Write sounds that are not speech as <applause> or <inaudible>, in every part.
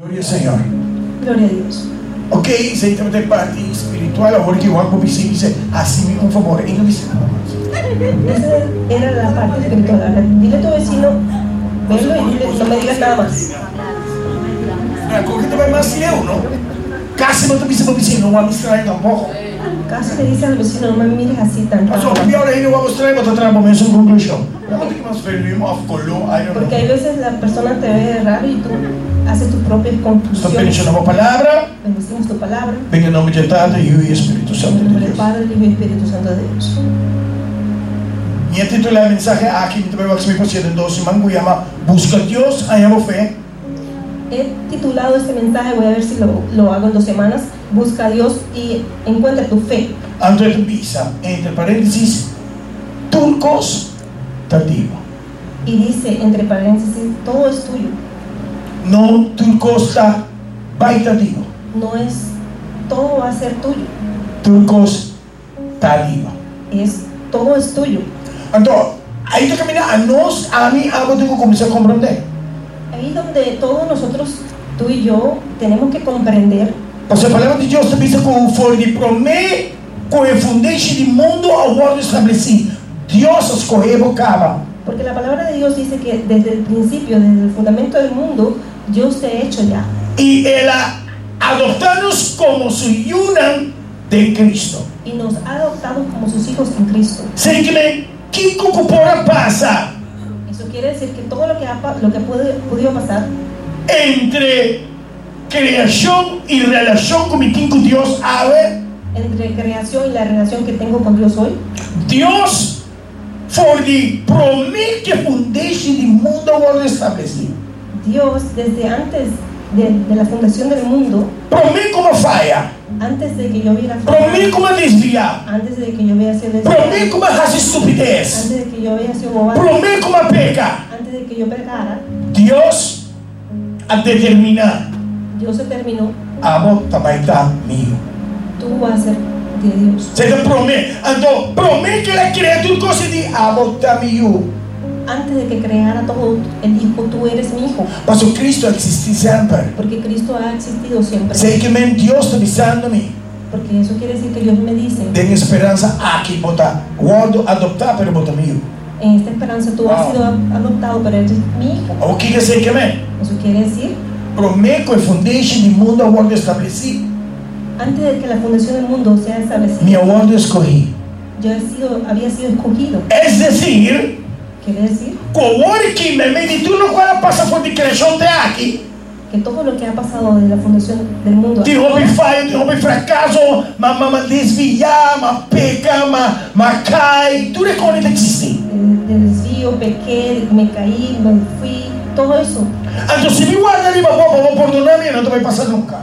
Gloria al Señor. Gloria a Dios. Ok, dice, estamos de parte espiritual, ahora que Juan Bobicín dice, hazme un favor. "Ah, Él no dice nada más. Esa era la parte espiritual. Ahora, Dile a tu vecino, verlo y dile, no me digas nada más. Na cor que também mais eu, não? Cássio não também se Bobicín, não vai mostrar tampouco. Casi le dice al vecino, no me mires así tan Mas o raro. pior aí não vai mostrar, mas está trazendo mesmo uma conclusão. Onde que nós perdemos a color, I don't Porque know. hay veces la persona te ve raro y tú haces tus propias Estou conclusiones. pedindo uma palavra, Bendecimos tu palabra. venha em nome de Tata e o Espírito En Santo el de nombre del Deus. Padre, del Hijo y del Espíritu Santo de Dios. Minha titular mensagem aqui, também vai me conceder doce, mango chama Busca Deus, hallamos fé. He titulado este mensaje, voy a ver si lo, lo hago en dos semanas. Busca a Dios y encuentra tu fe. Andrés Pisa, entre paréntesis, turcos tardío. Y dice, entre paréntesis, todo es tuyo. No turcos ta- bai tardío, No es, todo va a ser tuyo. turcos tardío. Es, todo es tuyo. Então, aí tu camina a nós, a mim, algo tenho que começar a compreender. Ahí donde todos nosotros, tú y yo, tenemos que comprender, Porque a palavra de Deus também diz que foi de promê, com o fundente de mundo ao ordem estabelecido. Deus escorreu o cava. porque la palabra de Dios dice que desde el principio, desde el fundamento del mundo, yo te he hecho ya. E ela adoptar-nos como sua união de Cristo. Y nos ha adoptado como sus hijos en Cristo. Sei que me que cupora passa Eso quiere decir que todo lo que ha pa- lo que puede, podido pasar entre creación y relación con mi Dios con Dios. A ver, entre creación y la relación que tengo con Dios hoy, Dios for the promete foundation de mundo world estabelecido. Dios desde antes de, de la fundación del mundo, Promete como falla, antes de que yo hubiera promete como desviar, antes de que yo hubiera sido desviada, promete como hacer estupidez, antes de que yo hubiera sido boba, promete como peca. antes de que yo pecara, Dios a determinar, Dios se terminó amo também está mío. tú vas a ser de Dios. Se te promete, então promete que la criatura cosa de amo está mío. Antes de que creara todo el Hijo, tú eres mi Hijo, Mas o Cristo existe sempre. porque Cristo ha existido siempre. Sei é que tá mesmo Deus está avisando-me. Porque eso quiere decir que Dios me dice, Tenho esperança aqui, botar. Guardo adoptar, pero botar meu. en esta esperanza tú has Wow. sido adoptado, pero eres mi Hijo. O que que sei que me? Eso quiere decir, Prometo e foundation de mundo a guardo estabeleci. antes de que la fundación del mundo sea establecida, Minha guardo escorri. yo he sido, había sido escogido. É decir, Quiere decir com o hora que me meditou no qual passa por de criação até aqui, que todo lo que ha pasado desde la fundación del mundo, de homem falho, de homem fracasso, mas ma, ma desviar, mas peca, mas ma cai, tudo é como ele existe. de- de desvío, pequé, me caí, me fui, todo eso. Então se me guarda ali, mas vou, vou perdonar-me, não te vai passar nunca.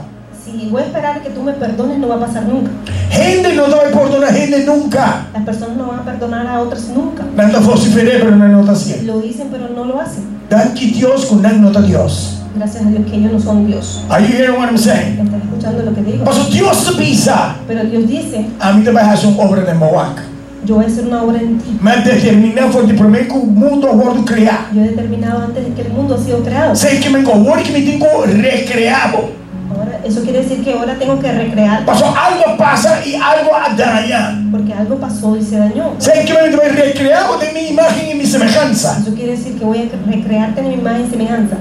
Si voy a esperar que tú me perdones, no va a pasar nunca. Gente não vai perdonar gente nunca. Las personas no van a perdonar a otras nunca. Nada fosse ferir, pero não nota assim. Lo dicen, pero no lo hacen. Danke Deus com não nota Deus. Gracias a Dios que ellos no son Dios. Are you hearing what I'm saying? ¿Están escuchando lo que digo? Mas o Deus te pisa. Pero Dios dice, A mim também faz uma obra de Moac. yo voy a hacer una obra en ti. Mas determinar foi de primeiro que o mundo agora criar. Yo he determinado antes de que el mundo ha sido creado. Sei que me concordo que me tenho recreado. Ahora, eso quiere decir que ahora tengo que recrear Mas algo passa e algo adanha. porque algo pasó y se dañó. Sei que me também recreado de minha imagem e minha semelhança. Eso quiere decir que voy a recrearte en mi imagen y semejanza.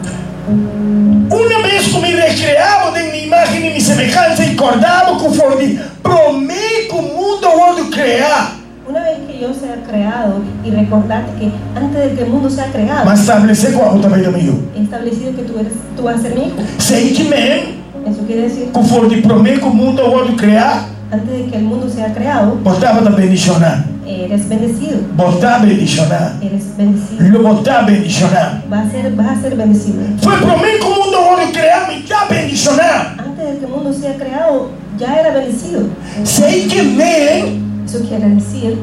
Uma vez que me recreava de minha imagem e minha semelhança e acordava conforme prometi que o mundo agora criar. Una vez que yo sea creado y recordarte que antes de que el mundo sea creado, Mas estabelecer com a outra vida meu. he establecido que tú, eres, tú vas a ser mi hijo. Sei que mesmo. Eso quiere decir, conforme prometo o mundo vou criar, antes de que el mundo sea creado, botava a bendicionar, eres bendecido. botar a bendicionar, Eres bendecido. lo botar a bendicionar. Vas a ser, vas a ser bendecido. Foi prometo o mundo vou criar, me dá a bendicionar. Antes de que el mundo sea creado, ya era bendecido. Sei que me Eso quiere decir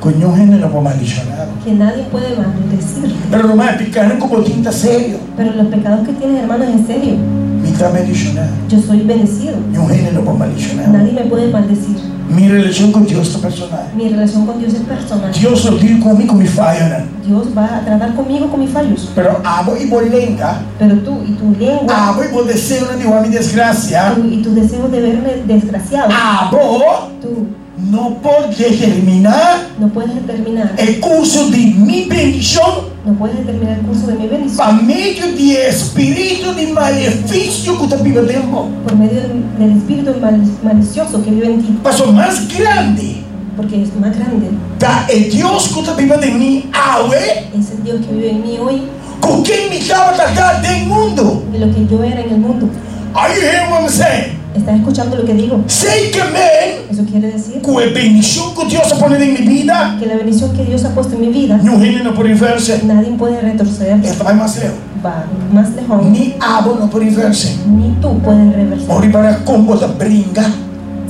conhece não vou maldicionar. que nadie puede maldecirte. Pero não é picar como tinta sério, Pero los pecados que tienes, hermanos, en serio, me dá a bendicionar. yo soy bendecido. Nenhum reino não vou maldicionar. Nadie me puede maldecir. Mi relación con Dios está personal. Mi relación con Dios es personal. Dios não deal com mim com minha falha, né? Dios va a tratar conmigo con mis fallos. Pero a voz vou lenta, Pero tú y tu a lengua voz vou desejo de igual minha desgraça, tu- y tu deseo de verme desgraciado, a voz tú não pode determinar no puedes determinar, o curso de minha bendição no puedes determinar el curso de mi bendición para meio de espírito de malefício que está vivendo. por medio del del espíritu mal- malicioso que vive en ti, Mas o mais grande porque es más grande. da é Deus que está vivendo em mim, a voz Es el Dios que vive en mí hoy, com quem me estava tratando do mundo. de lo que yo era en el mundo. Are you hearing what I'm saying? ¿Estás escuchando lo que digo? Sei que amém. Eso quiere decir Com a bendição que Deus pôs em minha vida, que la bendición que Dios ha puesto en mi vida, nenhum reino não pode ver-se. nadie puede retroceder. Esta vai mais leu. Va más lejos. Ni abo não pode ver-se. Ni tú puedes reversar. Ore para como da brinca.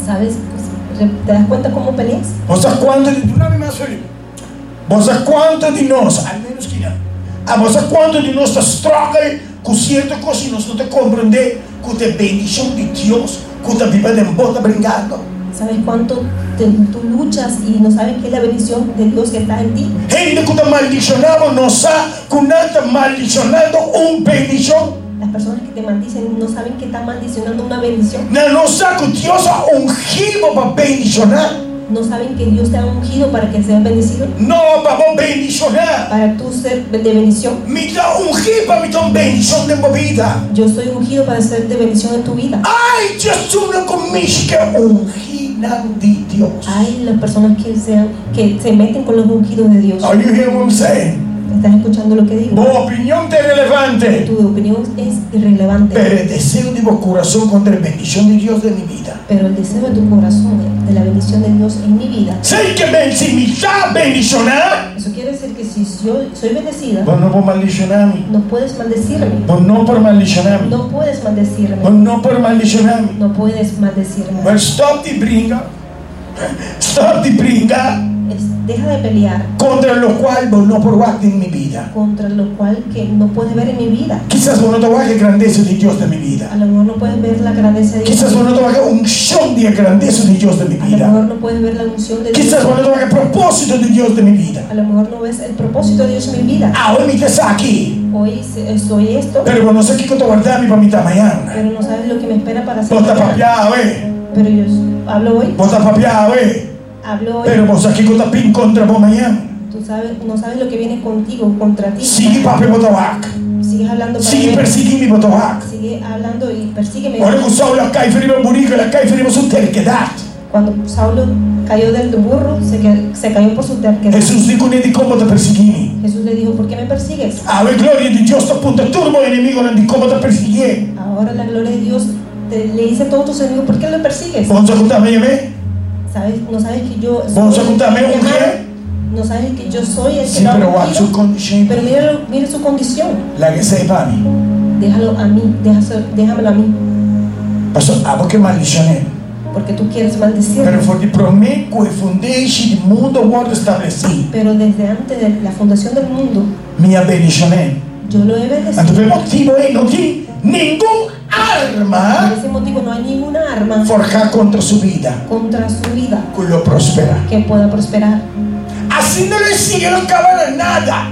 ¿Sabes? Pues, re- ¿Te das cuenta cómo peleas? Você quanto de não me mais olhe. Você quanto de nós, ao menos que não. A você quanto de nós está troca com certa coisa e nós não te compreender com a bendição de Deus, com a vida de bota brincando. ¿Sabes cuánto te- tú luchas y no sabes qué es la bendición de Dios que está en ti? Gente que está maldicionado não sabe que não está maldicionando uma bendição. Las personas que te maldicen no saben que están maldicionando una bendición. Não, não sabe que Deus ha ungido para bendicionar. No saben que Dios te ha ungido para que seas bendecido. Não, para vos bendicionar. Para tú ser de bendición. Me dá ungir para me dar uma bendição de minha vida. Yo soy ungido para ser de bendición en tu vida. Ai, Jesus, não comis que ungiram de Deus. Hay las personas que, sean, que se meten con los ungidos de Dios. Are you hearing what I'm saying? ¿Estás escuchando lo que digo? Boa opinião te é relevante. Tu opinión es irrelevante. Pero deseo de meu coração contra a bendição de Deus de minha vida. Pero el deseo de tu corazón, de la bendición de Dios en mi vida, Sei que bem, se me está a bendicionar, eso quiere decir que si yo soy bendecida, vos não por maldicionar-me. no puedes maldecirme. Vos não por maldicionar-me. No puedes Vos maldecirme. não por maldicionar-me. No puedes maldecirme. Well, stop de brinca. Stop de brinca Es- deja de pelear contra lo cual vos no probaste en mi vida. contra lo cual que no puedes ver en mi vida. Quizás vos no trabajes grandeza de Dios de mi vida. A lo mejor no puedes ver la grandeza de Dios. Quizás vos no trabajes unción de grandeza de Dios de mi A lo vida. mejor no puedes ver la unción de Dios. Quizás vos no trabajes propósito de Dios de mi vida. Ah, A lo mejor no ves el propósito de Dios en mi vida. Ahora me estás aquí. Hoy se- soy esto, Pero vos no sé qué te guardar mi para mi mañana. pero no sabes lo que me espera para hacer. Vos estás mañana. papiado, eh. Pero yo hablo hoy, Vos estás papiado, eh. hablo hoy. Pero vos aquí que estás pin contra vos mañana. Tú sabes, no sabes lo que viene contigo, contra ti. Sigue papi vos tabac. Sigues hablando para Sigue ver. persiguiendo mi vos tabac. Sigue hablando y persígueme. Ahora con Saulo acá y Felipe Burico, la acá y Felipe su terquedad. Cuando Saulo cayó del burro, se, ca- se cayó por su terquedad. Jesús dijo, ni cómo te perseguí. Jesús le dijo, ¿por qué me persigues? A ver, gloria de Dios, te apunta turbo enemigo, ni cómo te perseguí. Ahora la gloria de Dios te- le dice a todos tus enemigos, ¿por qué lo persigues? Vamos a juntarme, ¿eh? ¿Sabes? No sabes que yo soy Vamos a juntarme el un llamado? qué? No sabes que yo soy el que Sí, lo ha pero a ungido? su condición, Pero mira, lo- mira su condición. la que sepa a mí. Déjalo a mí, déjase- déjamelo a mí. Pasó, a vos que maldicioné. Porque tú quieres maldecirme. Pero porque prometo e fundeixe de mundo guardo establecí. Pero desde antes de la fundación del mundo, Me abendicioné. yo lo he bendecido. Entonces, motivo es, no tiene ningún Por arma ese motivo no hay ninguna arma forjar contra su vida, contra su vida que lo prospera. que pueda prosperar. Así no le sigue los caballos nada.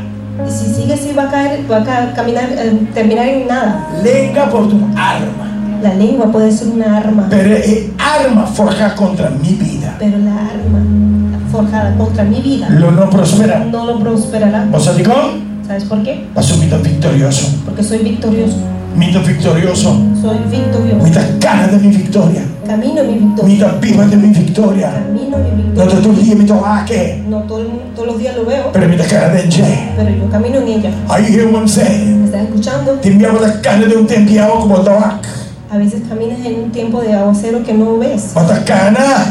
Y si sigue así va a caer, va a ca- caminar, eh, terminar en nada. Lenga por tu arma. La lengua puede ser una arma, Pero es arma forja contra mi vida. pero la arma forjada contra mi vida Lo no prospera. no lo prosperará. ¿Vos digo? ¿Sabes por qué? Paso mi tan victorioso. Porque soy victorioso. Mi tan victorioso. Soy Mi victorioso. tan cara de mi victoria. Camino mi Mi victoria. tan viva de mi victoria. Camino No te mi victoria. estoy mi toque. No todo el mundo- todos los días lo veo, Pero mi tan cara de enche. pero yo camino en ella. Are you hearing what I'm saying? ¿Me estás escuchando? Te enviamos la cara de un te enviado como toque. A veces caminas en un tiempo de aguacero que no ves. Otra cana.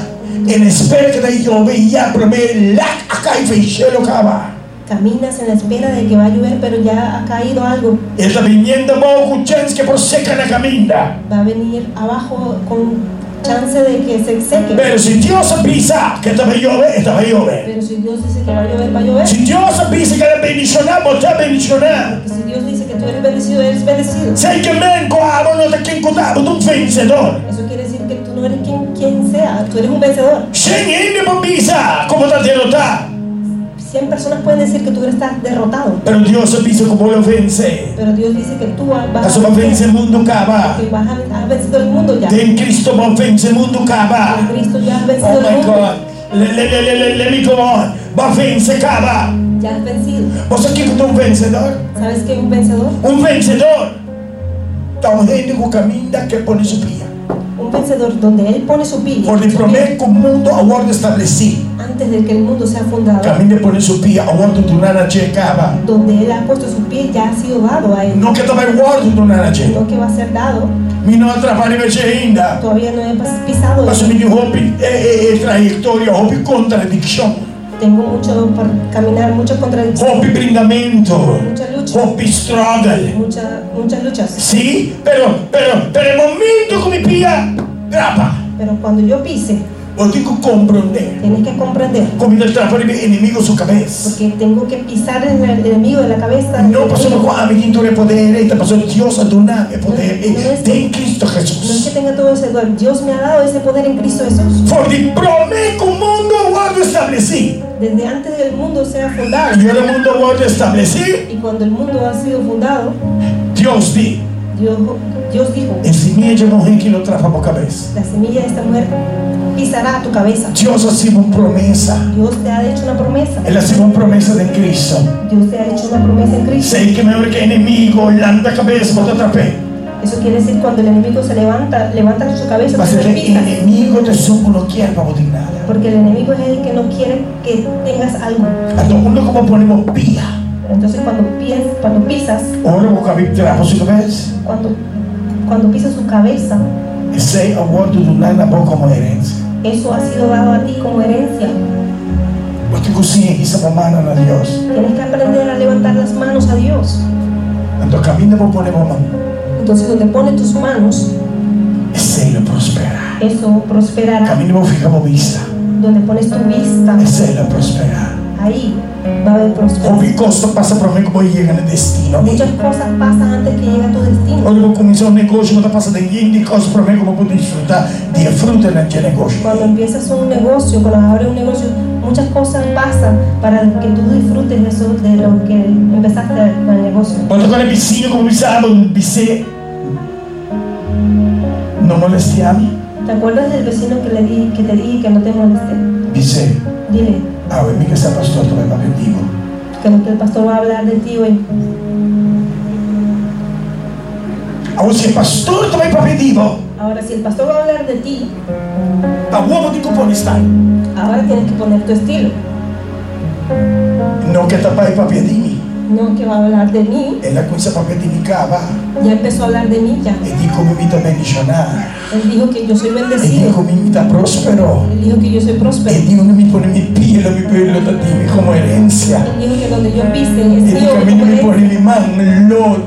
En espera que te yo veía, pero me la acá y feixe lo cava. Caminas en la espera de que va a llover, pero ya ha caído algo. Es la vinienda mogu chance que por seca la caminda. Va a venir abajo con chance de que se seque. Pero si Dios avisa que te va a llover, te va a llover. Pero si Dios dice que va a llover, va a llover. Si Dios avisa que te bendicionamos, te bendicionamos. Porque si Dios dice que tú eres bendecido, eres bendecido. Sei que me encoabo, no te quien contaba, tú un vencedor. Eso quiere decir que tú no eres quien, quien sea, sea, tú eres un vencedor. Sem ainda papisa, como está derrotar. 100 personas pueden decir que tú estás derrotado, Pero Dios dice como lo vence. pero Dios dice que tú vas A sua a vence vencer, o mundo acaba. que vas a, has vencido el mundo ya. Em Cristo vão vence o mundo En acaba. Cristo ya has vencido Oh el my mundo, God. Le, le, le, le, le, let me go on. Vão vence acaba. ya has vencido. Você aqui que é um vencedor? ¿Sabes qué? Un vencedor, Um vencedor. Está correndo com o caminho daquele por isso pia. un vencedor donde Él pone su pie, Por lhe prometo que o mundo aguarda estabelecido. antes de que el mundo sea fundado, Caminho por isso pia, aguarda do nada checava. donde Él ha puesto su pie ya ha sido dado a Él, Não que também guardo do nada checava. no que va a ser dado, Me não atrapalhe mexer ainda. todavía no he pas- pisado. Mas o menino Hope é, é, é trajetória, Hope contradição. Tengo mucho por caminar, muchas contradicciones, Hope brindamento. muchas luchas, Hope struggle. muchas, muchas luchas. Sì, però, però, per il momento come pia, grappa. Pero cuando yo pise, Lo dico comprendere. tienes que comprender. Come del trappare nemico su cabeza. Porque tengo que pisar en el enemigo de la cabeza. Non possiamo qua avvicendere potere, sta passando Dio a donare potere Non è- eh, in Cristo No es que Gesù. tenga todo ese don. Dios me ha dado ese poder en Cristo Jesús. For di prometto un mondo guardo establecì. Desde antes del mundo sea fundado. Io il mondo guardo establecì. Y cuando el mundo ha sido fundado, Dio di, Dios, Dios dijo, e se mi non è che lo trappa per cabeza. la semilla de esta mujer pisará tu cabeza. Dio ha sido una promessa. Dios te ha hecho una promesa. E la sido una promessa di Cristo. Dios te ha hecho una promesa en Cristo. Sei che mi che il nemico, la cabeza, potrà trappare. Eso quiere decir cuando el enemigo se levanta, levanta su cabeza, Va a tú ser le el pisas. enemigo de su bloquear, no de nada. Porque el enemigo es el que no quiere que tengas algo. A todo mundo como ponemos pía. Entonces cuando, pies, cuando pisas, Ora vou caber trapo si vez. cuando, cuando pisas su cabeza, E sei a bordo de una boca como herencia. Eso ha sido dado a ti como herencia. Porque cozinha essa mamana a Deus. Tienes que aprender a levantar las manos a Dios. Quando caminha vou poner mão. Entonces donde pones tus manos, E sei lo prospera. eso prosperará. Caminha vou ficar com vista. Donde pones tu vista, E sei lo prospera. ahí va a haber prosperidad. Ouvi costa passa para mim como chega no destino. Muchas cosas pasan antes que llegue a tu destino. Olha, vou começar um negócio, vou estar passando em gente, coisa para mim como vou desfrutar de fruta naquele negócio. Cuando empiezas un negocio, cuando abres un negocio, muchas cosas pasan para que tú disfrutes de eso, de lo que empezaste con el negocio. Vou tocar no vizinho como pensava, um vizinho. Não molestiamo, ¿Te acuerdas del vecino que, le di, que te dije que no te moleste? dice, Dile ah, beh, mica sta pastore dove va bendigo. que lo que el pastor va a hablar de ti hoy. A voi Ah, sei pastore dove va bendigo, Ahora, si el pastor va a hablar de ti, da uomo di cupone stai. ahora tienes que poner tu estilo. Non che tappai i papiadini, No que va a hablar de mí, e la cosa papiadini cava, ya empezó a hablar de mí ya. e di come mi da benedicionare, Él dijo que yo soy e di bendecido, come mi da prospero, él dijo que yo soy e próspero, di non mi pone mi pielo, mi pielo da Dio come erencia, él dijo que donde yo pise e es di mío, cammino como mi él pone mi mano, lo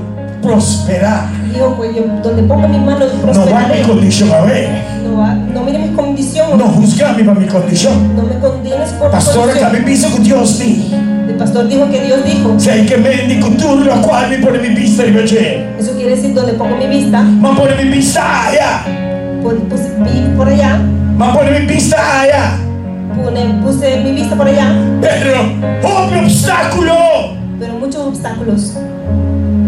prosperà, dijo que pues, yo, donde pongo mis manos non va prosperaré. mi condizione a me. No, va- no mire mis condiciones, No juzgame por mi condición. no me condienes por mi Pastor, condición. cabe piso con Dios di. El pastor dijo que Dios dijo, Sei che mendico tu la quale mi pone mi vista di piacere. eso quiere decir donde pongo mi vista, Ma pone mi vista aia. pon- puse vi por allá, Ma pone mi vista aia. pone- puse mi vista por allá, Però ogni ostacolo, pero muchos obstáculos,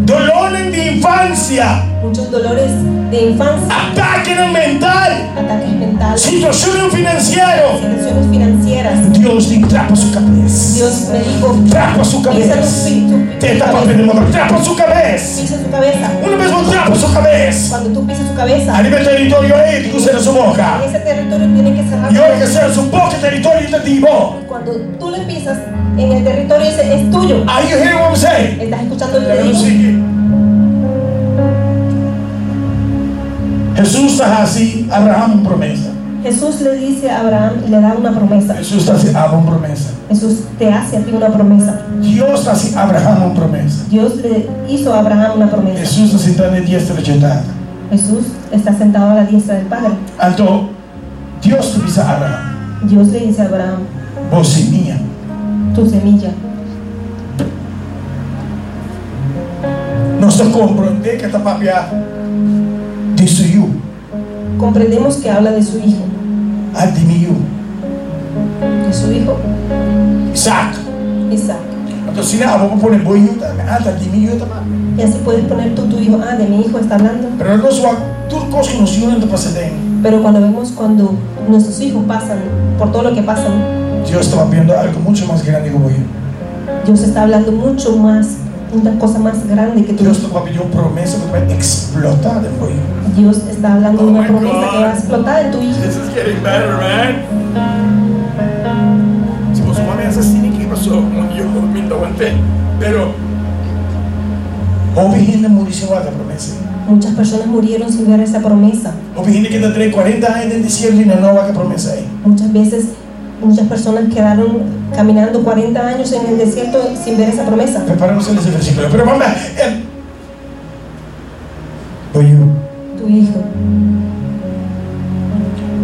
dolore di infanzia, muchos dolores de infancia. attacchi nel mentale, ataques mentales, situazione finanziaria. situaciones financieras. Dio si intrappa su Dios cabeza. me dijo, Trappa su pisa tu cabeza. pi- tu- Te tu tappa per cabeza, il mondo. Trappa su cabeza. pisa tu cabeza. Uno mesmo trappa su cabeza. Cuando tú pisas tu cabeza, Arriva il territorio etico se la sua bocca. ese territorio tiene que cerrar. E ora che sei su pochi territori di Dio, Cuando tú le pisas en el territorio ese es tuyo. are you hearing what I'm saying? ¿Estás escuchando lo que Devo digo? seguir. Gesù sta così, Abramo una promessa. Jesús le dice a Abraham y le da una promesa. Gesù sta così, Abramo una promessa. Jesús te hace a ti una promesa. Dio sta così, Abramo una promessa. Dios le hizo a Abraham una promesa. Gesù sta sentando a destra gettata. Jesús está sentado a la diestra del Padre. Alto, Dio sta dice a Abramo, Dios le dice a Abraham, voce mia, tu semilla. non sto comprendendo che ti papà di su io. Comprendemos que habla de su hijo. adquirió. de su hijo Isaac. Isaac. Entonces, si vamos a poner voy yo también. Ah, adquirió yo también. Y así puedes poner tú tu hijo, ah, de mi hijo está hablando. Pero no só tudo que nos unen de precedente. Pero cuando vemos cuando nuestros hijos pasan por todo lo que pasan, Dios estaba viendo algo mucho más grande que voy yo. Dios está hablando mucho más, una cosa más grande que tú. Dios estaba pidiendo promesa que vai explotar depois. Dios está hablando de Oh my una promesa que God. va a explotar en tu hijo. This is getting better, man. Si vos me asesino, ¿qué pasó? No, Yo me lo aguanté. Pero Houve gente muito sem guardar a promessa. Muchas personas murieron sin ver esa promesa. Houve gente que está 3, 40 anos dentro de cielo e não vai que promessa aí. Muchas veces, muchas personas quedaron caminando 40 años en el desierto sin ver esa promesa. Preparamos esse versículo. Pero vamos lá. É... Voy yo. Tu hijo,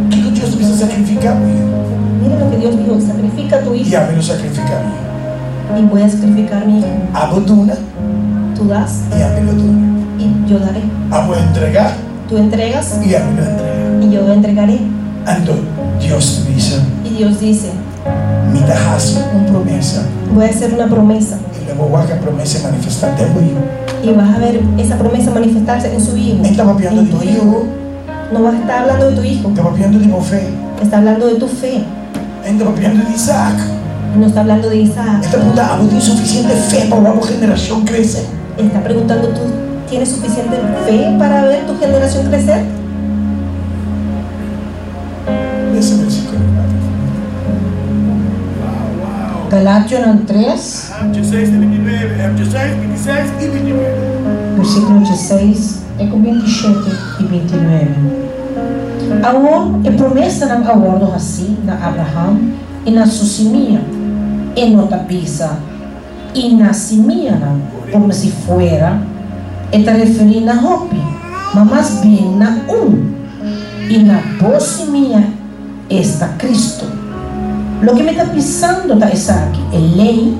O que que Deus precisa sacrificar? Voy mira lo que Dios dijo, sacrifica a tu yo. hijo E a menos sacrificar. y voy a sacrificar a mi hijo. Abandona Tú das e a menos dona. y yo daré. A vou entregar Tú entregas e a menos entregar. y yo entregaré. Então, Deus diz, Y Dios dice, me darás uma promessa. voy a hacer una promesa E logo vai que a promessa manifestar depois. y vas a ver esa promesa manifestarse en su hijo. Ele estava en pidiendo de tu tu hijo. hijo, No va a estar hablando de tu hijo, estava pidiendo de Mofé. está hablando de tu fe. Ainda está pidiendo de Isaac. No está hablando de Isaac. Esta puta aún tiene suficiente fe para una generación crecer. Está preguntando, ¿tú tienes suficiente fe para ver tu generación crecer? Ese versículo. Galacio 3, Hechos 6, 29, Hechos 6, 26 y 29. versículo 16, é com 27 e 29. Aún é promessa não ao do assim, na Abraão, e na sua semia, e não tapiza, e na semia, não, como se fuera, e está referindo na roupa, mas mais bem na um, e na boa semia está Cristo. Lo que me está pisando da Isaac é lei.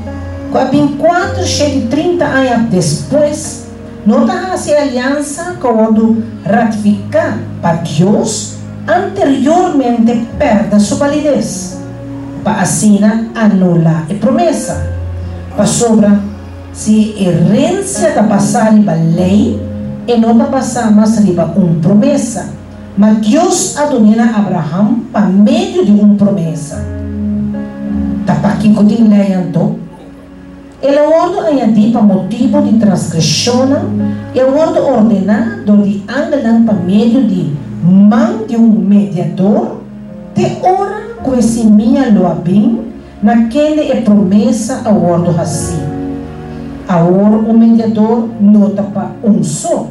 Quando enquanto chega 30 anos depois, não está a aliança quando ratificar para Deus anteriormente perda sua validez. Para assim anular a promessa. Para sobra se herência está passando para lei e não está passando mais para uma promessa. Mas Deus adonina Abraão para meio de uma promessa tapakin ko din layan to. Elawardo ay hindi pa motibo di transgresyonan, elawardo ordenado di angalan pa medio di man di un mediador, te ora kuesimia loabin, naquele é promessa ao ordo assim. Agora o mediador nota para um só,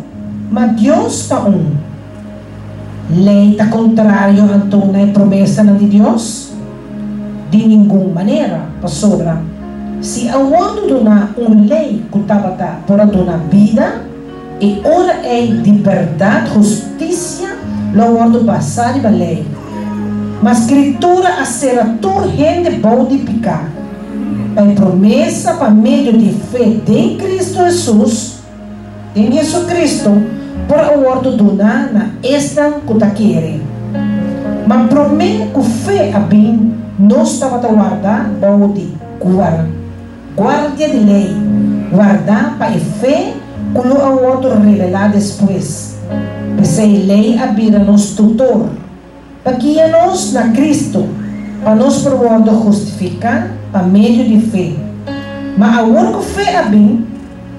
mas Deus para um. Lei está contrário a toda a promessa de Deus? de nenhuma maneira para sobra. Se eu ando donar um lei que estava tá para donar vida, e ora é liberdade, justiça, não ando passar para lei. Mas escritura a ser a tua gente pode picar. É promessa para meio de fé em Cristo Jesus, em Jesus Cristo, para o ordo donar na esta que tá querendo. Mas para mim, o fé a bem não estava a guardar ou de guarda. Guardia de lei. Guardar para a fé quando o outro revelar depois. Pois a lei abira nos tutor. Para guia nos na Cristo. Para nos para o outro justificar para meio de fé. Mas a única fé a bem,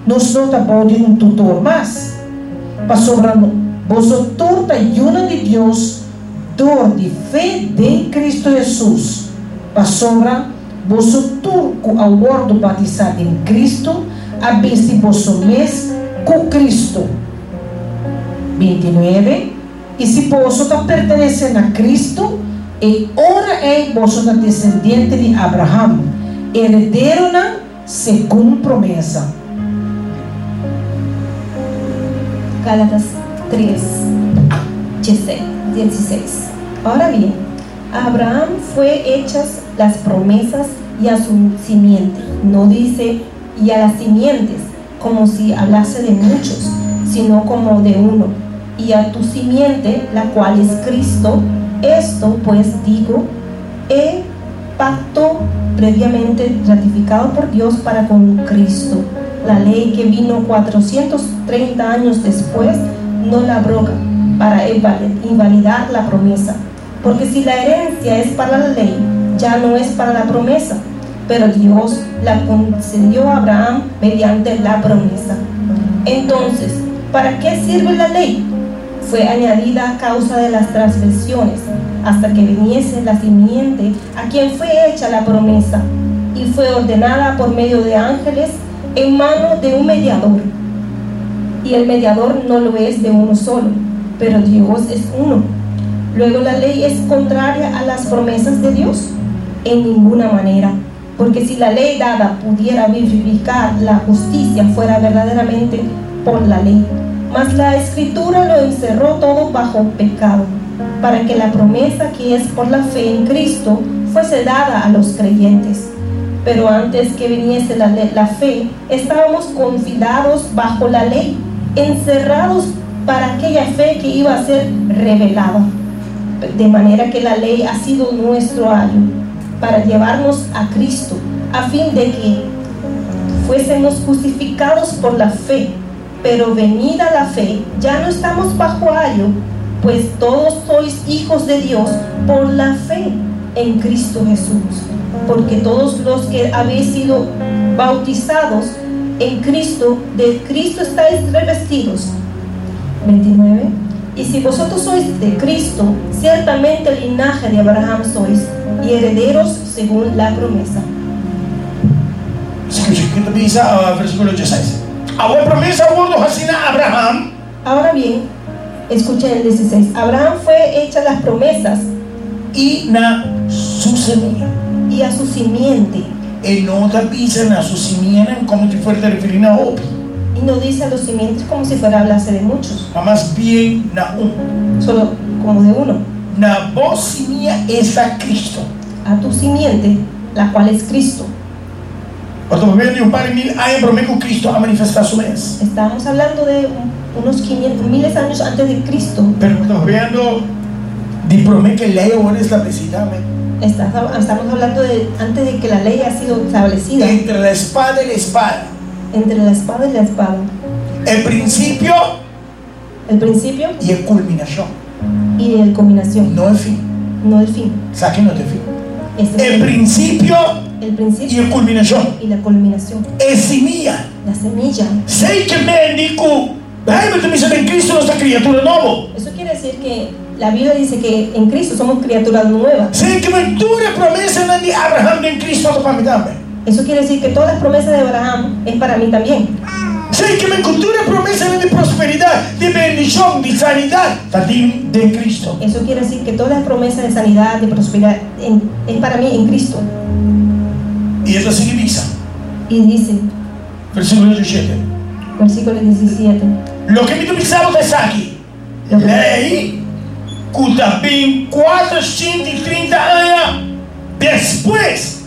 nós não está bom de um tutor mais para sobrar vos torta e una de Deus, dor de fé de Cristo Jesus, para sobrar vos turco ao gordo batizado em Cristo, abrisse vosso mês com Cristo. 29. E se posso está pertencendo a Cristo, e ora é vosso tá descendente de Abraão, herdeiro na segundo promessa. Gálatas 3, 16. 16. Ahora bien, a Abraham fue hechas las promesas y a su simiente. No dice y a las simientes, como si hablase de muchos, sino como de uno. Y a tu simiente, la cual es Cristo, Esto pues digo, he pacto previamente ratificado por Dios para con Cristo. La ley que vino 430 años después no la abroga para inval- invalidar la promesa. Porque si la herencia es para la ley, ya no es para la promesa. Pero Dios la concedió a Abraham mediante la promesa. Entonces, ¿para qué sirve la ley? Fue añadida a causa de las transgresiones, hasta que viniese la simiente a quien fue hecha la promesa, y fue ordenada por medio de ángeles en mano de un mediador. Y el mediador no lo es de uno solo, pero Dios es uno. Luego la ley es contraria a las promesas de Dios en ninguna manera. Porque si la ley dada pudiera vivificar la justicia fuera verdaderamente por la ley. Mas la escritura lo encerró todo bajo pecado, para que la promesa que es por la fe en Cristo fuese dada a los creyentes. Pero antes que viniese la, le- la fe, estábamos confidados bajo la ley, encerrados para aquella fe que iba a ser revelada. De manera que la ley ha sido nuestro ayo para llevarnos a Cristo, a fin de que fuésemos justificados por la fe. Pero venida la fe, ya no estamos bajo ayo, pues todos sois hijos de Dios por la fe en Cristo Jesús. Porque todos los que habéis sido bautizados en Cristo, de Cristo estáis revestidos. 29. Y si vosotros sois de Cristo, ciertamente el linaje de Abraham sois y herederos según la promesa. Escuta, ah, versículo 16. A boa promessa ao mundo racina Abraham. Ahora bien, escuchen el 16. Abraham fue hecha las promesas e na sua semilla. y a su simiente. E não da pisa na sua semilla, como te for te referir na OP, Y no dice a los simientes como si fuera hablarse de muchos, mas bem na um. solo como de uno. Na boa semilla é a Cristo. A tu simiente, la cual es Cristo. Quando me vendo um par de mil anos para mim com Cristo a manifestar sua mesa. Estábamos hablando de unos 500, miles de años antes de Cristo. Pero estamos vendo de promessa que lei agora estabelecida, amém? Está- Estamos hablando de antes de que la ley ha sido establecida. Entre a espada e a espada. entre la espada y la espada, O princípio el principio e a culminação. y el combinación, Não é fim. no el fin. Sabe não é fim? Este O es princípio el, e el principio a culminação. y la culminación, É semilla. la semilla. Sei que me indico, ai, mas também em Cristo nossa criatura nova. Eso quiere decir que la Biblia dice que en Cristo somos criaturas nuevas. Sei que ventura promessa não é de Abraão nem Cristo para mim também. Eso quiere decir que todas las promesas de Abraham es para mí también. Sei que me cultura promessa não é de prosperidade, de bendição, de sanidade, para ti de Cristo. Eso quiere decir que todas las promesas de sanidad, de prosperidad, en- es para mí en Cristo. E isso significa, Y dice, versículo 17. versículo 17, Lo que me precisamos é aqui. lo que, Lei, que também 430 anos depois,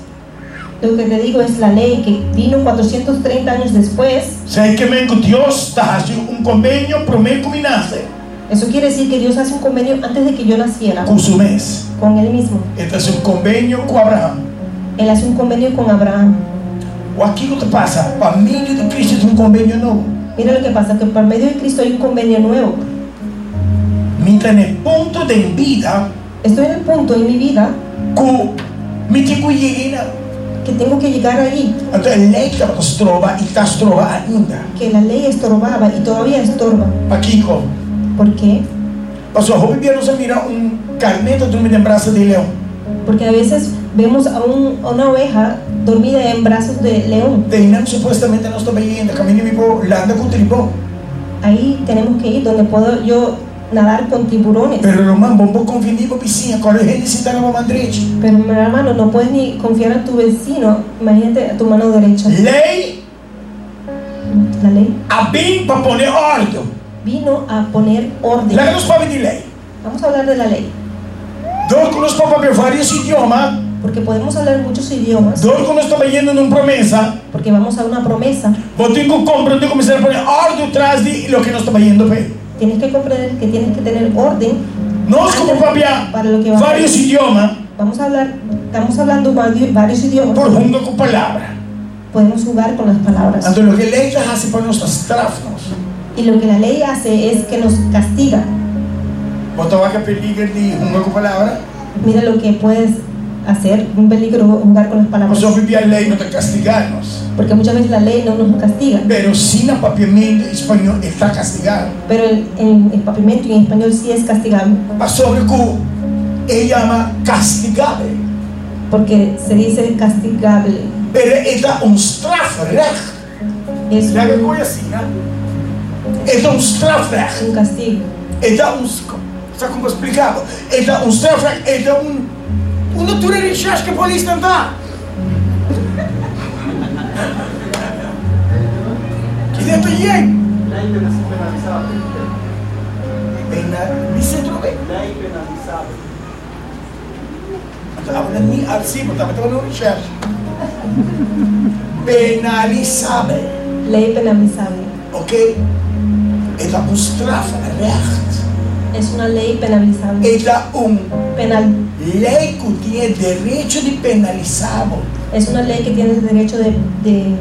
lo que te digo es la ley que vino 430 años después sei que me con Deus está haciendo um convênio, promete que me nasce, Eso quiere decir que Dios hace un convenio antes de que yo naciera com sua mesa. con Él mismo. Este es un convenio con Abraham. Él hace un convenio con Abraham. O aquilo que pasa, familia de Cristo es un convenio nuevo. Mira lo que pasa, que por medio de Cristo hay un convenio nuevo. Mientras en el punto de vida, Estoy en el punto en mi vida con mi tico llena, que tengo que llegar ahí, entonces lei que nos trova y está trova ainda. que la ley estorbaba y todavía estorba. Paquico, ¿Por qué? pasó hoy viernes a mirar un carneto de un brazo de león. Porque a veces vemos a, un- a una oveja dormida en brazos de león. De Inam supuestamente no está viendo, camino vivo, landa con tribó. Ahí tenemos que ir donde puedo yo nadar con tiburones. Pero Román, bombo confundido piscina, corre gente se está en la mandrete. Pero mi hermano, no puedes ni confiar en tu vecino. Imagínate a tu mano derecha. Lei, La ley. a bem para poner orden. vino a poner orden. Lá nos pode de lei. Vamos a hablar de la ley, Dor conosco para ver vários idiomas. porque podemos hablar muchos idiomas, Dor conosco para yendo numa promessa. porque vamos a una promesa. Vou ter que compreender começar a pôr ordem atrás de lo que nós estamos yendo pues. para. Tienes que comprender que tienes que tener orden Nós, como papiá, para lo que vamos, vários idiomas, vamos a hablar, estamos hablando varios, varios idiomas. por junto com palavra. Podemos jugar con las palabras. Então, o que leis fazem para nossas trafas. Y lo que la ley hace es que nos castiga. Botava que periga de junto com palavra, Mira lo que puedes hacer, un peligro jugar con las palabras. mas eu vivi a lei não te castigar-nos. Porque muchas veces la ley no nos castiga. Pero sim, na papiamento espanhol está castigado. Pero el, en el papimento y en español sí es castigado. Pastor Rico, ele chama castigável. Porque se dice castigable. Pero está um strafrecht. Es Já que un, coisa assim, né? Está um strafrecht. un castigo. Então, uns, sabe como eu explicava? Então, um strafrecht, então, um, um natura de chás que a polícia não dá. Que dentro de quem? Ley penalizable. Bem, na bicicleta, bem. Ley penalizable. Estava na minha acima, estava tomando um chás. Penalizável, Ley penalizable. ok? Então, um strafrecht. Es una ley penalizable. Então, um Penal. lei que tem direito de penalizável. Es una ley que tiene el derecho de, de,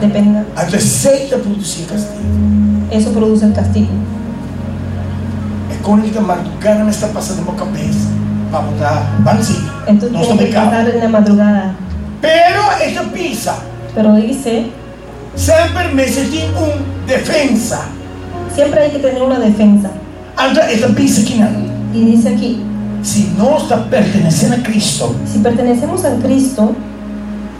de pena. A receita produzir castigo. Eso produce el castigo. É quando ele madrugada não está passando por cabeça para botar banzinho. Entonces Não tiene estou que pasar pecado. en la madrugada. Pero esta pizza Pero dice, sempre necessita um defensa. siempre hay que tener una defensa. Anda, esta pizza que não. Y dice aquí, Se nós está pertencendo a Cristo, si pertenecemos a Cristo,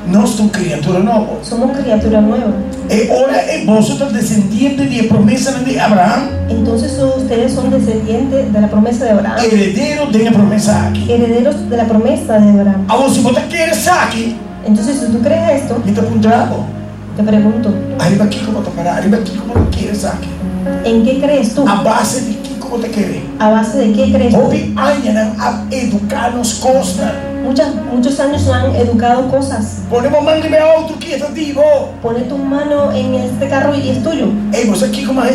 nós somos criatura nova. somos criatura nueva. E ora é você está descendente de promessa de Abraão, Entonces ustedes son descendientes de la promesa de Abraham, herdeiro de promessa aqui. herederos de la promesa de Abraham. A você bota querer saque, Entonces, si tú crees esto, me está apuntando. te pregunto, Arriba aqui como está parar, arriba aqui como te querer saque. ¿en qué crees tú? A base de que como te querer. ¿A base de qué crees tú? Hoy años a educarnos costa. Muchas, muchos años han educado cosas. Ponemos mandame a outro que está vivo. Pone tu mano en este carro y es tuyo. Ei, você aqui como é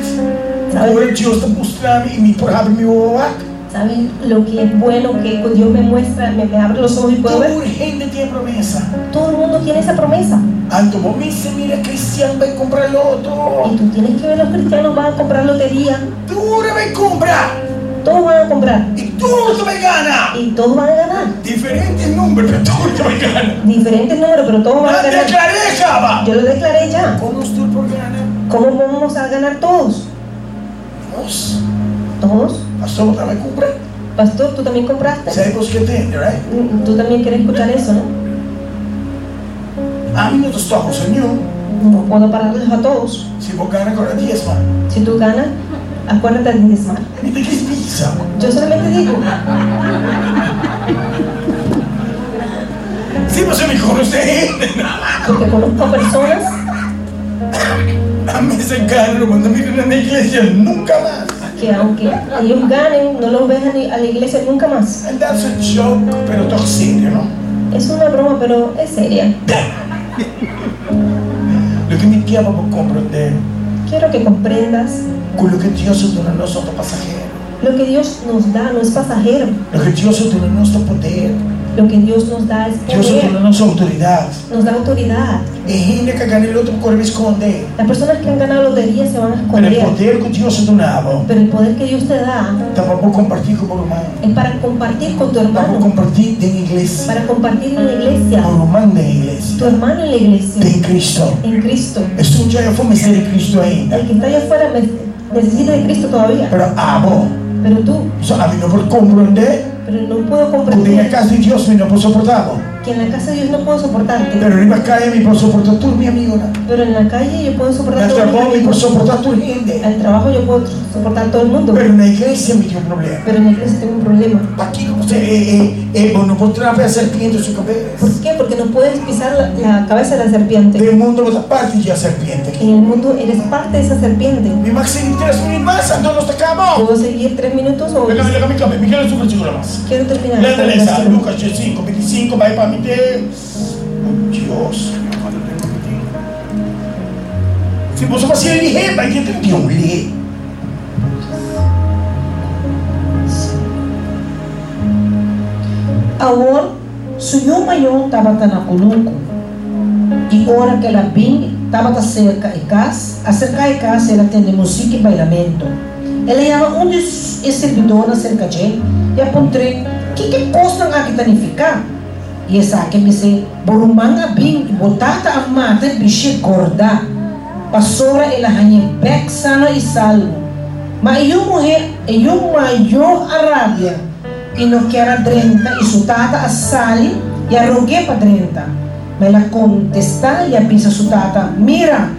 crente. Sabe. Agora Deus está mostrando e me por abre meu olho. ¿Saben lo que es bueno que Dios me muestra, me, me abre los ojos y puedo ver? Todo gente tem promessa. Todo el mundo tiene esa promesa. Ando momento se mira cristiano vai comprar Y loto. tú tienes que ver, los cristianos van a comprar lotería, Tudo vai comprar todos van a comprar e tudo vai ganhar. y todos van a ganar. Diferente número, pero tudo vai ganhar. Diferentes números, pero todos van a Ande ganar. aclaré, chava. Yo lo declaré ya. Como estou por ganhar? ¿Cómo vamos a ganar todos? Nós, ¿Todos? nós somos também comprar. Pastor, tú también compraste. Sabe o pues que tem, right? Mm, Tú también quieres escuchar eso, ¿no? A mim não estou com senhor. No puedo pararlos a todos. Se vou ganhar agora diezma. Si tú ganas, acuérdate de diezmar. Me tem que pizza. Yo solamente digo, pues, Se você me conoce, porque conozco a personas <laughs> a mí ese carro cuando me en la iglesia nunca más. que aunque ellos ganen, no los vean ni- a la iglesia nunca más. And that's a joke, pero todo serio, ¿no? Es una broma, pero es seria. Lo que me llama por comprender Quiero que comprendas con lo que Dios dona a nosotros pasajeros. lo que Dios nos da, no es pasajero. Lo que Dios dona a nuestro poder. Lo que Dios nos da es Dios dona poder, a nuestra autoridad. nos da autoridad. Es gente que gana el otro por me esconde. Las personas que han ganado lotería se van a Pero el esconder, poder que Dios donaba, pero el poder que Dios te da tampoco compartir con mi hermano. es para compartir con tu Tampoco hermano, compartir de iglesia. para compartir en la iglesia, Con hermano de tu iglesia. hermano en la De iglesia, Cristo. en Cristo. Esto ya yo fue de Cristo ainda. El que está allá afuera me- necesita de Cristo todavía, Pero amo. pero tú, Só a mim não por compreender. pero no puedo Porque na comprender casa de Deus me não por suportá-lo. que en la casa de Dios no puedo soportarte, Pero arriba caia me por soportar tu minha amiga. pero en la calle yo puedo soportar Na todo el trabalho me por mundo, soportar tu gente. al trabajo yo puedo soportar todo el mundo, Pero na igreja me deu problema. pero en la iglesia tengo un problema. Aqui você é, é, é, eu não vou travar a serpente no seu cabelo. ¿Por qué? Porque no puedes pisar la, la cabeza de la serpiente. Del mundo outra parte de a serpente. En el mundo eres parte de esa serpiente. Me maxim três minutos mais, então nós acabamos. ¿Puedo seguir tres minutos o Pegame, pegame, pegame. Me quero super segura mais. quiero terminar? Lenda nessa, Lucas 5, 25, vai para mim ter. Oh, Deus, meu Pai, eu tenho que pedir. Se você fosse ele, vai ter que ter um lê. favor sunhumayo tabata na kulungko. E ora que ela bem tabata cerca e cas, acerca e cas ela atende música e bailamento. Ela ia onde e servidora cerca de ele e apontei que que custa a que tanificar? E essa que me se borumanga bem e botata a mata biche gorda. Pastora ela hanye bek sano e salvo. Mas iyong mujer, iyong mayor Arabia, inokiara 30, isutata asali, y arrogué pa 30. Me la contesta y apisa su tata, mira,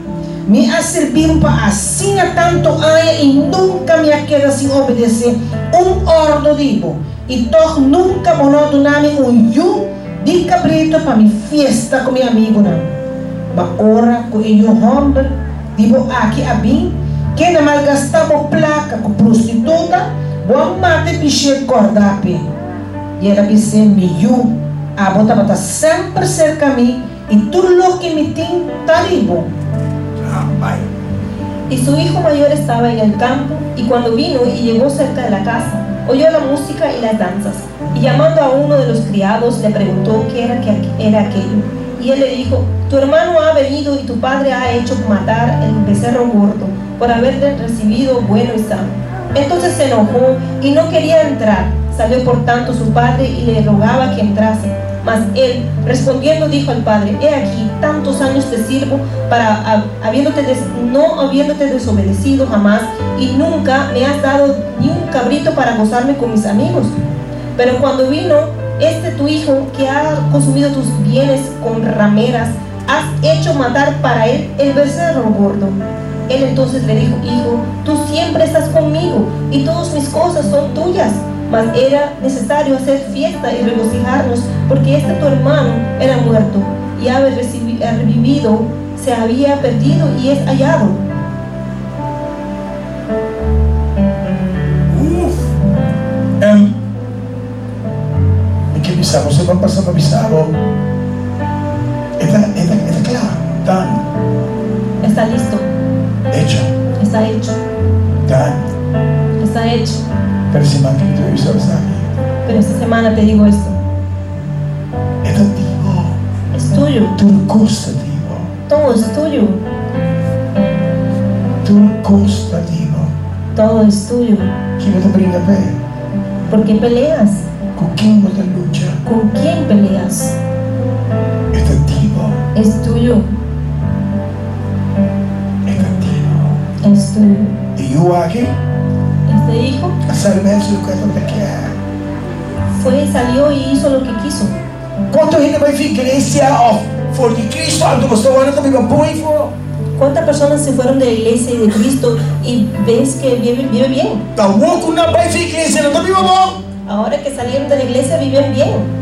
me has servido pa así a tanto haya y nunca me ha quedado sin obedecer un ordo divo. Y toch nunca monoto nami un yu di cabrito pa mi fiesta con mi amigo na. Ma ora ko iyong hombre, divo aki abin, que na malgasta mo placa com prostituta, buang mate pichê cordape. E ela disse, miyu, a bota bota sempre cerca a mim, e tudo que me tem taribo. Rapaz, Y su hijo mayor estaba en el campo, y cuando vino y llegó cerca de la casa, oyó la música y las danzas, y llamando a uno de los criados le preguntó qué era, que era aquello. Y él le dijo, tu hermano ha venido y tu padre ha hecho matar el becerro gordo por haberle recibido bueno y sano. Entonces se enojó y no quería entrar. Salió por tanto su padre y le rogaba que entrase. Mas él, respondiendo, dijo al padre, he aquí, tantos años te sirvo, para hab- habiéndote des- no habiéndote desobedecido jamás, y nunca me has dado ni un cabrito para gozarme con mis amigos. Pero cuando vino este tu hijo, que ha consumido tus bienes con rameras, has hecho matar para él el becerro gordo. Él entonces le dijo, hijo, tú siempre estás conmigo y todas mis cosas son tuyas. Mas era necesario hacer fiesta y regocijarnos, porque este tu hermano era muerto y ha recibi- ha revivido, se había perdido y es hallado. uff, Em, Hum. é que avisava, você vai passar para avisar. Está, está, está claro, está Está listo, hecho, está hecho, está. está hecho. Pero si más que tú y sabes aquí, Pero esta semana te digo esto, es contigo, es tuyo, tú costa digo, todo es tuyo, tú costa digo. todo es tuyo. Chi vede prima te, ¿Por qué peleas? con chi non te lucha, ¿Con quién peleas? è cattivo, Es tuyo, è cattivo. es tuyo. E io anche, Este hijo a stare mezzo di quello perché è. fue, salió y hizo lo que quiso. Quanto gente vai in iglesia o oh, fuori di Cristo, alto questo guardando mi poi fuori. ¿Cuántas personas se fueron de la iglesia y de Cristo y ves que viven, viven bien? Da uomo una vai in iglesia, non dobbiamo mo. Ahora que salieron de la iglesia viven bien.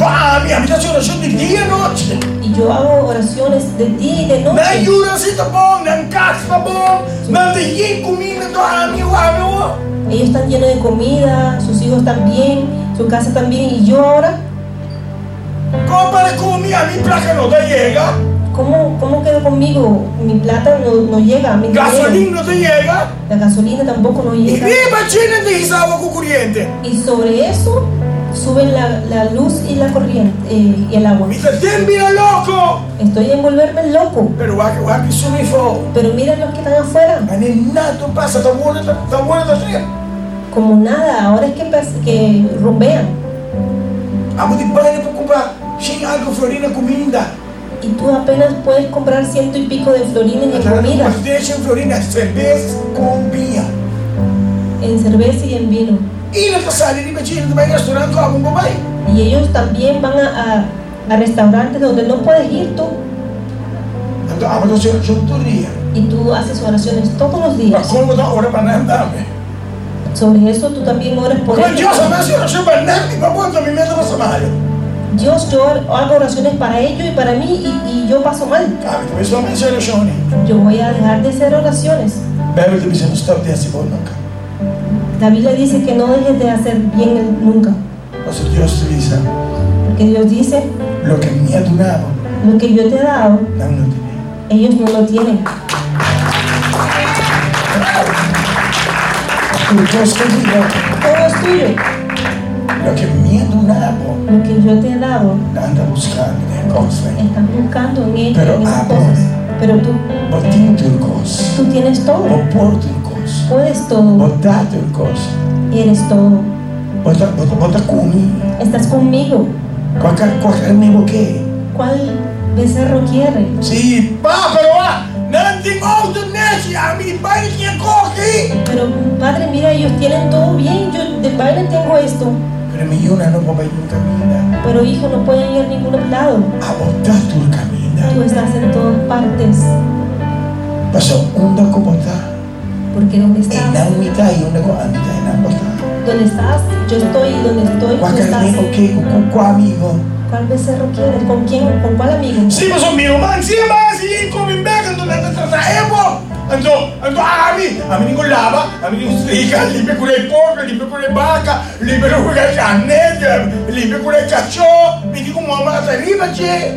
Ah, mia, mi piace lasciare di Dio noce. Y yo hago oraciones de día y de Non noche. aiuta se ti buono, non cazzo va buono, non ti incomina, tu ami, ami. Ellos están llenos de comida, sus hijos también, su casa también. Y yo ahora, Compare con me, a mi placano da llega, ¿cómo, cómo quedo conmigo? Mi plata no, no llega. Mi dinero. gasolina da llega. La gasolina tampoco no И <laughs> llega. вие бачините ги само ко куриенте. Y sobre eso suben la, la luz y la corriente eh, y el agua. Мисля, ден бира локо. Estoy en volverme loco. Pero вака, вака су ми фо. Pero miren los que están afuera. А не нато паса да волята, да волята се. como nada, ahora es que, pas- que rumbean. Ако ти бане по купа, шин алко флорина куминда. Y tú apenas puedes comprar ciento y pico de florines de comida, Пастешен флорина, сербес комбия. en cerveza y en vino. И на пасали ни бачините да бай ресторант тоа бомба бай. Y ellos también van a, a- a restaurantes donde no puedes ir tú. Ато ама тоа се жонтурија. Y tú haces oraciones todos los Па días. колку да ора па нам даме. Sobre eso tú también oras por Кој ellos. ќе сам аз ја шеба нам и па бонто ми мето па самале. Dios, yo or- hago oraciones para ellos y para mí y, y yo paso mal. Абе, тоа е само се решони. Yo voy a dejar de hacer oraciones. Бебе да би се достап да си бонка. La Biblia dice que no dejes de hacer bien el- nunca. Entonces Dios te dice, Porque Dios dice, lo que me ha donado, lo que yo te he dado, no lo tiene. ellos no lo tienen. Porque Dios te dijo, Todo es tuyo. Lo que miendo un árbol, Lo que yo te he dado, anda buscando de cosas. están buscando en ello, Pero en esas amo. cosas. Pero tú, Botín un cos, tú tienes todo, boporto un cos, puedes todo, botate un cos, eres todo. bota, bota, bota cumi, Estás conmigo. cuaca, cuaca, me boqué. ¿Cuál becerro quiere? Sí, pa, pero ah, nanti mau tu nesi, a mi padre que coge. Pero padre, mira, ellos tienen todo bien. Yo de padre tengo esto. Pero mi una no va a ir camina, Pero hijo, no pueden ir a ningún lado. a botar tu camina. Tú estás en todas partes. Pasó un doco botar, Porque donde en estás, la mitad y una con la mitad en la botar. donde estás, yo estoy y donde estoy, tú Cuaca, estás. me boqué, cuaca, amigo. ¿Cuál becerro quieres? ¿Con quién? ¿Con cuál amigo? Sim, mas o meu mano, sim, mas e como em beca, ando na trataebo, ando, ando ami, ami ninguém ah, lava, ami ninguém estriga, limpa com a porca, limpa com a vaca, limpa com a caneta, limpa com a cachorro, me diga uma mata riba, tchê.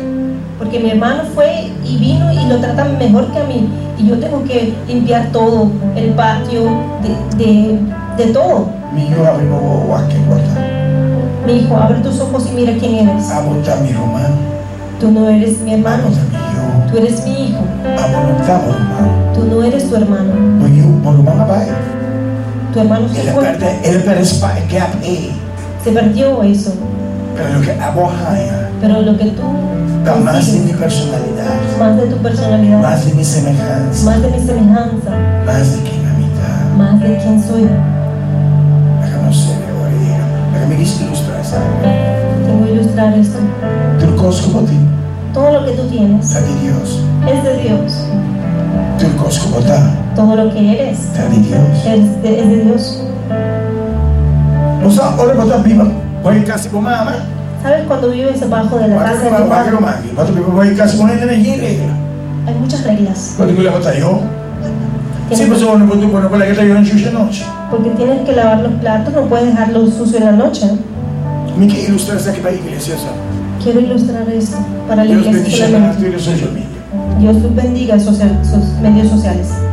Porque mi hermano fue y vino y lo tratan mejor que a mí. Y yo tengo que limpiar todo, el patio, de, de, de todo. Minho abre no ovo aqui, bota, Me dijo, abre tus ojos y mira quién eres. abota mi romano, Tú no eres mi hermano, abota mi tú eres mi hijo. eu, abota mi romano, Tú no eres tu hermano. minho, por romano vai, Tu hermano se ele fue. perde, ele perde spa, gap A, Se perdió eso. pelo que aborranha, Pero lo que tú dá mais de consigues, minha personalidade, más de tu personalidad, mais de minha semelhança, más de mi semejanza, más de que la mitad. más de quién soy. Acá no se ve oreja. Acá me quise ilustrar, ¿sabes? Te voy a ilustrar esto. Turcos como ti, Todo lo que tú tienes está de Dios. es de Dios. Turcos como ta, Todo lo que eres está de Dios. es de, Este, es de Dios. No sabes, ahora está viva. Voy casi con mamá. ¿Sabes cuando vives debajo de la Va a casa de tomar, tu va a padre? tomar. Va a tomar, voy casi con él en el gire. Hay muchas reglas. Cuando le bota yo. Tienes- Sí, pues bueno, pues tú, bueno, con la que te dieron chucha noche. porque tienes que lavar los platos, no puedes dejarlos sucios en la noche. Me quiere ilustrar esa que va a iglesia, ¿sabes? Quiero ilustrar esto para la Dios iglesia bendicionará a tu solamente. y los suyos míos. Dios los bendiga en social- sus medios sociales.